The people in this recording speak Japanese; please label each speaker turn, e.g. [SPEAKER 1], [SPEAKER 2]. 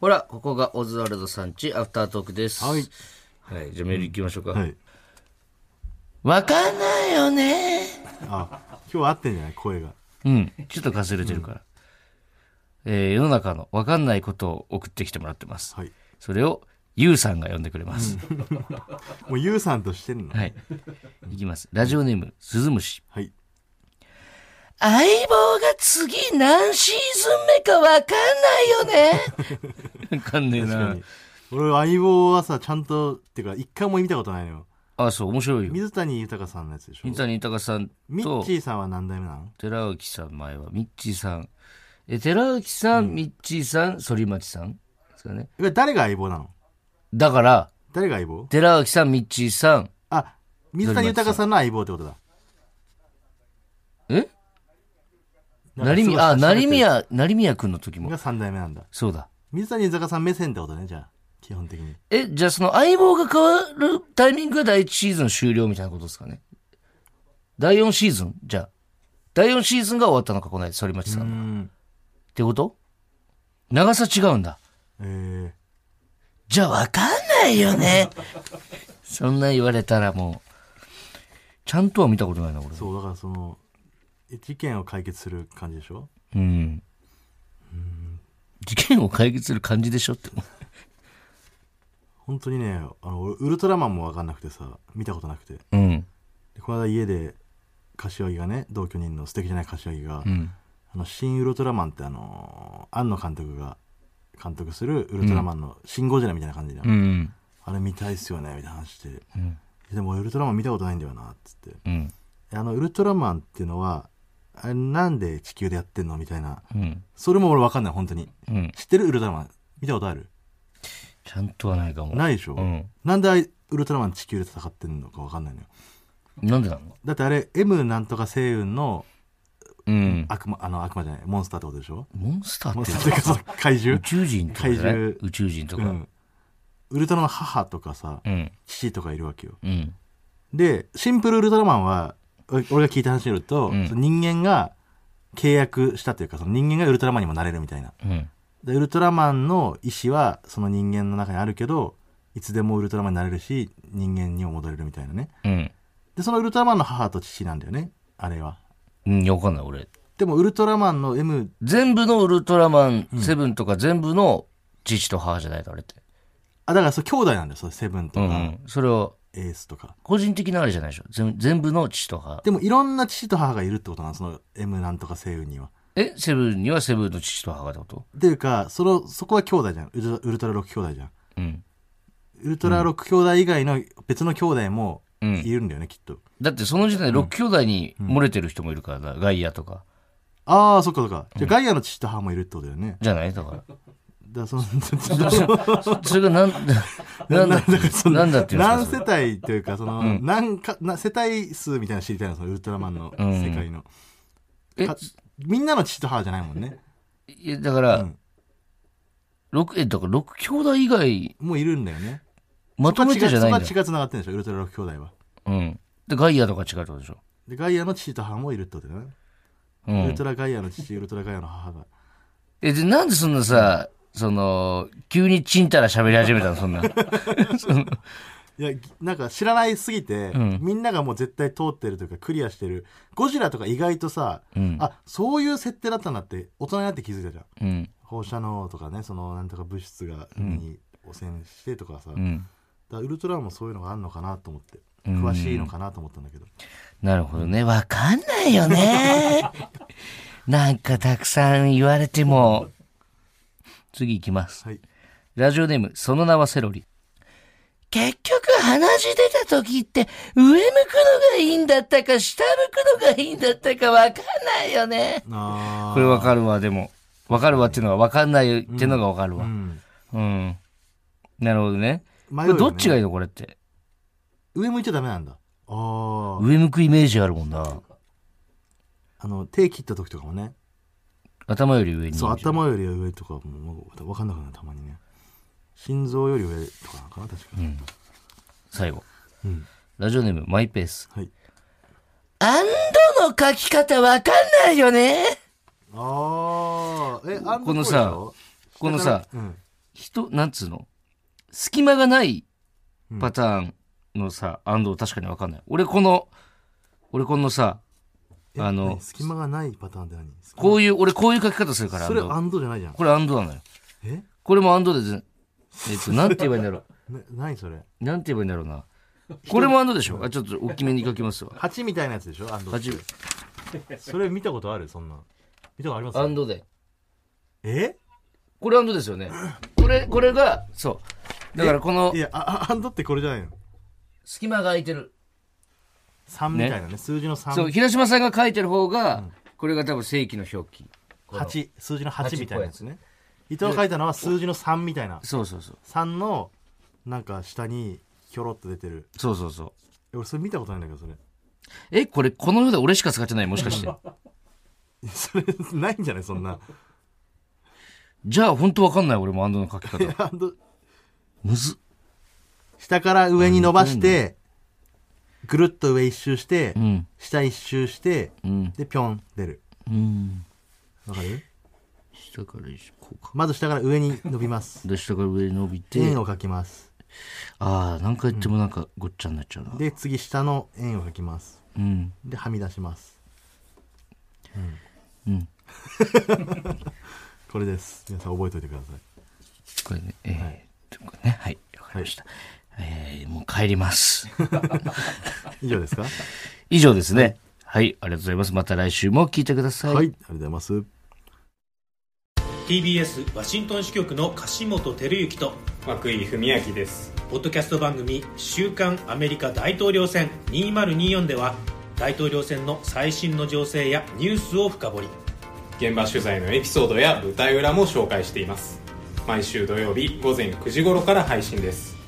[SPEAKER 1] ほら、ここがオズワルドさんち、アフタートークです。
[SPEAKER 2] はい。
[SPEAKER 1] はい。じゃあメール行きましょうか。
[SPEAKER 2] はい。
[SPEAKER 1] わかんないよね。
[SPEAKER 2] あ、今日合ってんじゃない声が。
[SPEAKER 1] うん。ちょっとかすれてるから。えー世の中のわかんないことを送ってきてもらってます。
[SPEAKER 2] はい。
[SPEAKER 1] それを、ゆうさんが読んでくれます。
[SPEAKER 2] もうゆうさんとしてんの。
[SPEAKER 1] はい。いきます。ラジオネーム、鈴虫。
[SPEAKER 2] はい。
[SPEAKER 1] 相棒が次何シーズン目かわかんないよね。わかんねえな。
[SPEAKER 2] 俺、相棒はさ、ちゃんと、っていうか、一回も見たことないのよ。
[SPEAKER 1] あ、そう、面白いよ。
[SPEAKER 2] 水谷豊さんのやつでしょ
[SPEAKER 1] 水。谷豊さん
[SPEAKER 2] ミッ
[SPEAKER 1] と
[SPEAKER 2] チーさんは何代目なの
[SPEAKER 1] 寺脇さん前はミッチーさんえ寺脇さん、ミッチーさん反町さんですかね
[SPEAKER 2] これ誰が相棒なの
[SPEAKER 1] だから
[SPEAKER 2] 誰が相棒
[SPEAKER 1] 寺脇さんミッチーさん
[SPEAKER 2] あ、水谷豊さんの相棒ってことだ。
[SPEAKER 1] え成
[SPEAKER 2] み
[SPEAKER 1] 宮あ成。宮成宮君の時も
[SPEAKER 2] が3代目なんだ。
[SPEAKER 1] そうだ
[SPEAKER 2] 水谷豊さん目線ってことね、じゃあ。基本的に。
[SPEAKER 1] えじゃあその相棒が変わるタイミングが第1シーズン終了みたいなことですかね第4シーズンじゃあ第4シーズンが終わったのかこの間反町さん
[SPEAKER 2] う
[SPEAKER 1] の、っ
[SPEAKER 2] ん。
[SPEAKER 1] てこと長さ違うんだ
[SPEAKER 2] えー、
[SPEAKER 1] じゃあ分かんないよね。そんな言われたらもう、ちゃんとは見たことないな、俺。
[SPEAKER 2] そう、だからその、事件を解決する感じでしょ
[SPEAKER 1] うん。事件を解決する感じでしょって思う。
[SPEAKER 2] 本当にねあの俺ウルトラマンも分かんなくてさ見たことなくてで
[SPEAKER 1] うん。
[SPEAKER 2] この間家で柏木がね同居人の素敵じゃない柏木が、
[SPEAKER 1] うん。
[SPEAKER 2] あの新ウルトラマンってあのー庵野監督が監督するウルトラマンの「新ゴジラ」みたいな感じで、
[SPEAKER 1] うん。
[SPEAKER 2] あれ見たいっすよねみたいな話して
[SPEAKER 1] うん。
[SPEAKER 2] でも俺ウルトラマン見たことないんだよなっつって
[SPEAKER 1] うん。
[SPEAKER 2] あのウルトラマンっていうのはあれなんで地球でやってんのみたいな
[SPEAKER 1] うん。
[SPEAKER 2] それも俺分かんない本当に
[SPEAKER 1] うん。
[SPEAKER 2] 知ってるウルトラマン見たことある
[SPEAKER 1] ちゃんとはないかも。
[SPEAKER 2] ないでしょ、
[SPEAKER 1] うん。
[SPEAKER 2] なんであいウルトラマン地球で戦ってんのか分かんないのよ
[SPEAKER 1] なんでなの
[SPEAKER 2] だってあれ M なんとか星雲の
[SPEAKER 1] うん。
[SPEAKER 2] 悪魔あの悪魔じゃないモンスターってことでしょ
[SPEAKER 1] モンスター
[SPEAKER 2] モ
[SPEAKER 1] っ
[SPEAKER 2] ン
[SPEAKER 1] て
[SPEAKER 2] スターっていうかその怪
[SPEAKER 1] 宇
[SPEAKER 2] 獣、
[SPEAKER 1] 宙人とかじゃない
[SPEAKER 2] 怪獣
[SPEAKER 1] 宇宙人と
[SPEAKER 2] う
[SPEAKER 1] か。うん。
[SPEAKER 2] ん、ウルトラの母とかさ
[SPEAKER 1] うん。
[SPEAKER 2] 父とかいるわけよでシンプルウルトラマンはお俺が聞いた話によると、
[SPEAKER 1] うん
[SPEAKER 2] その人間が契約したというかその人間がウルトラマンにもなれるみたいな
[SPEAKER 1] うん。
[SPEAKER 2] でウルトラマンの意志はその人間の中にあるけどいつでもウルトラマンになれるし人間にも戻れるみたいなね
[SPEAKER 1] うん。
[SPEAKER 2] でそのウルトラマンの母と父なんだよねあれは
[SPEAKER 1] うん。いやわかんない、俺。
[SPEAKER 2] でもウルトラマンの M
[SPEAKER 1] 全部のウルトラマン、セブンとか全部の父と母じゃないの、あれって。
[SPEAKER 2] あだからそう兄弟なんだよそうセブンと
[SPEAKER 1] う
[SPEAKER 2] か、
[SPEAKER 1] んうん。それは、
[SPEAKER 2] エースとか
[SPEAKER 1] 個人的なあれじゃないでしょ全全部の父と母
[SPEAKER 2] でもいろんな父と母がいるってことなんその M なんとか星雲には
[SPEAKER 1] えセブンにはセブンの父と母ってこと
[SPEAKER 2] っていうかそのそこは兄弟じゃんウルトウルトラ6兄弟じゃん
[SPEAKER 1] うん、
[SPEAKER 2] ウルトラ6兄弟以外の別の兄弟も
[SPEAKER 1] う
[SPEAKER 2] い
[SPEAKER 1] ん、
[SPEAKER 2] るんだよね、きっと
[SPEAKER 1] だってその時点で6兄弟に漏れてる人もいるからな、ガイアとか
[SPEAKER 2] ああそっかそっかじゃあガイアの父と母もいるってことだよね
[SPEAKER 1] じゃないだから
[SPEAKER 2] だからその
[SPEAKER 1] そそれがなん なんだ なんだっていうんで
[SPEAKER 2] 何
[SPEAKER 1] すかそ
[SPEAKER 2] 世
[SPEAKER 1] れ
[SPEAKER 2] 帯というかその、何かな世帯数みたいなの知りたいのそのウルトラマンの
[SPEAKER 1] うん
[SPEAKER 2] 世界の、
[SPEAKER 1] え
[SPEAKER 2] かみんなの父と母じゃないもんね
[SPEAKER 1] いやだから、
[SPEAKER 2] うん
[SPEAKER 1] 六えだから6兄弟以外
[SPEAKER 2] もういるんだよね
[SPEAKER 1] まとめてじゃないんだ
[SPEAKER 2] そこは血がつながってるんでしょウルトラ6兄弟は
[SPEAKER 1] うんでガイアとか違うってことでしょ
[SPEAKER 2] でガイアの父と母もいるってことだよね、
[SPEAKER 1] う
[SPEAKER 2] ウル
[SPEAKER 1] ん
[SPEAKER 2] トラガイアの父ウルトラガイアの母が
[SPEAKER 1] えでなんでそんなさその急にチンタラ喋り始めたのそ んな
[SPEAKER 2] いやぎなんか知らないすぎて、
[SPEAKER 1] ん
[SPEAKER 2] みんながもう絶対通ってるというかクリアしてるゴジラとか意外とさ、
[SPEAKER 1] うん
[SPEAKER 2] あそういう設定だったんだって大人になって気づいたじゃん
[SPEAKER 1] うん
[SPEAKER 2] 放射能とかねそのなんとか物質が海に汚染してとかさ、
[SPEAKER 1] う
[SPEAKER 2] だか
[SPEAKER 1] ん
[SPEAKER 2] らウルトラマンもそういうのがあるのかなと思って
[SPEAKER 1] うん
[SPEAKER 2] 詳しいのかなと思ったんだけど、
[SPEAKER 1] なるほどね。わかんないよ ね。なんかたくさん言われても。次行きます。
[SPEAKER 2] はい
[SPEAKER 1] ラジオネーム、その名はセロリ。結局鼻血出た時って上向くのがいいんだったか下向くのがいいんだったかわかんないよね。
[SPEAKER 2] あ
[SPEAKER 1] これわかるわ、でも。わかるわっていうのはわかんないっていうのがわかる
[SPEAKER 2] ーう
[SPEAKER 1] わ。
[SPEAKER 2] ん
[SPEAKER 1] うん。なるほどね。こ
[SPEAKER 2] 迷う
[SPEAKER 1] れ
[SPEAKER 2] よね
[SPEAKER 1] どっちがいいのこれって。
[SPEAKER 2] 上向いちゃダメなんだあー
[SPEAKER 1] 上向くイメージあるもんな。
[SPEAKER 2] あの手切った時とかもね
[SPEAKER 1] 頭より上に。
[SPEAKER 2] そう頭より上とかももう分かんなくなるたまにね心臓より上とかなのかな確かに、
[SPEAKER 1] 最後。
[SPEAKER 2] うん
[SPEAKER 1] ラジオネーム、マイペース。
[SPEAKER 2] はい
[SPEAKER 1] アンドの書き方わかんないよね。
[SPEAKER 2] ああえあ
[SPEAKER 1] このさこのさ
[SPEAKER 2] うん
[SPEAKER 1] 人、なんつうの隙間がないパターンのさ、安藤確かにわかんない。俺この、俺このさ、
[SPEAKER 2] え
[SPEAKER 1] あの
[SPEAKER 2] 何、隙間がないパターンって何
[SPEAKER 1] こういう、俺こういう書き方するから、
[SPEAKER 2] それ
[SPEAKER 1] 安藤
[SPEAKER 2] アンドじゃないじゃん
[SPEAKER 1] これ安藤なのよ。
[SPEAKER 2] え
[SPEAKER 1] これも安藤です。えっと、なんて言えばいいんだろう。
[SPEAKER 2] な何それ
[SPEAKER 1] なんて言えばいいんだろうな。これも安藤でしょあ、ちょっと大きめに書きますわ。
[SPEAKER 2] 蜂みたいなやつでしょアンド
[SPEAKER 1] 八
[SPEAKER 2] それ見たことあるそんな見たことあります
[SPEAKER 1] 安藤で。
[SPEAKER 2] え
[SPEAKER 1] これ安藤ですよね。これ、これが、そう。だからこの
[SPEAKER 2] い、やああアンドってこれじゃないの
[SPEAKER 1] 隙間が空いてる。
[SPEAKER 2] 3みたいなね数字の3
[SPEAKER 1] そう、平島さんが書いてる方が、これが多分正規の表記。
[SPEAKER 2] 八数字の8みたいなやつね伊藤が書いたのは数字の3みたいな
[SPEAKER 1] そうそうそう。
[SPEAKER 2] 3のなんか下にひょろっと出てる
[SPEAKER 1] そうそうそう。
[SPEAKER 2] え俺それ見たことないんだけどそれ
[SPEAKER 1] え、これ、この世で俺しか使ってないもしかして。
[SPEAKER 2] いやそれないんじゃないそんな
[SPEAKER 1] じゃあ、本当わかんない、俺も安藤の書き方。
[SPEAKER 2] アンド
[SPEAKER 1] むずっ。
[SPEAKER 2] 下から上に伸ばしてぐるっと上一周して
[SPEAKER 1] うん。
[SPEAKER 2] 下一周して
[SPEAKER 1] うん。
[SPEAKER 2] でぴょん出る
[SPEAKER 1] うん。
[SPEAKER 2] わかる
[SPEAKER 1] 下から一緒、こうか。
[SPEAKER 2] まず下から上に伸びます
[SPEAKER 1] で、下から上に伸びて、
[SPEAKER 2] 円を描きます
[SPEAKER 1] ああ、何回言ってもなんかごっちゃになっちゃうな。
[SPEAKER 2] で次下の円を描きます
[SPEAKER 1] うん。
[SPEAKER 2] ではみ出します
[SPEAKER 1] うん。
[SPEAKER 2] これです皆さん覚えておいてください
[SPEAKER 1] これね、えーということね、はい、わかりました。えーもう帰ります。
[SPEAKER 2] 以上ですかはい
[SPEAKER 1] 以上ですね。はい、ありがとうございます。また来週も聞いてください。
[SPEAKER 2] ありがとうございます
[SPEAKER 3] TBS ワシントン支局の樫本照之と
[SPEAKER 4] 和久井文明です
[SPEAKER 3] ポッドキャスト番組「週刊アメリカ大統領選2024」では大統領選の最新の情勢やニュースを深掘り
[SPEAKER 4] 現場取材のエピソードや舞台裏も紹介しています毎週土曜日午前9時頃から配信です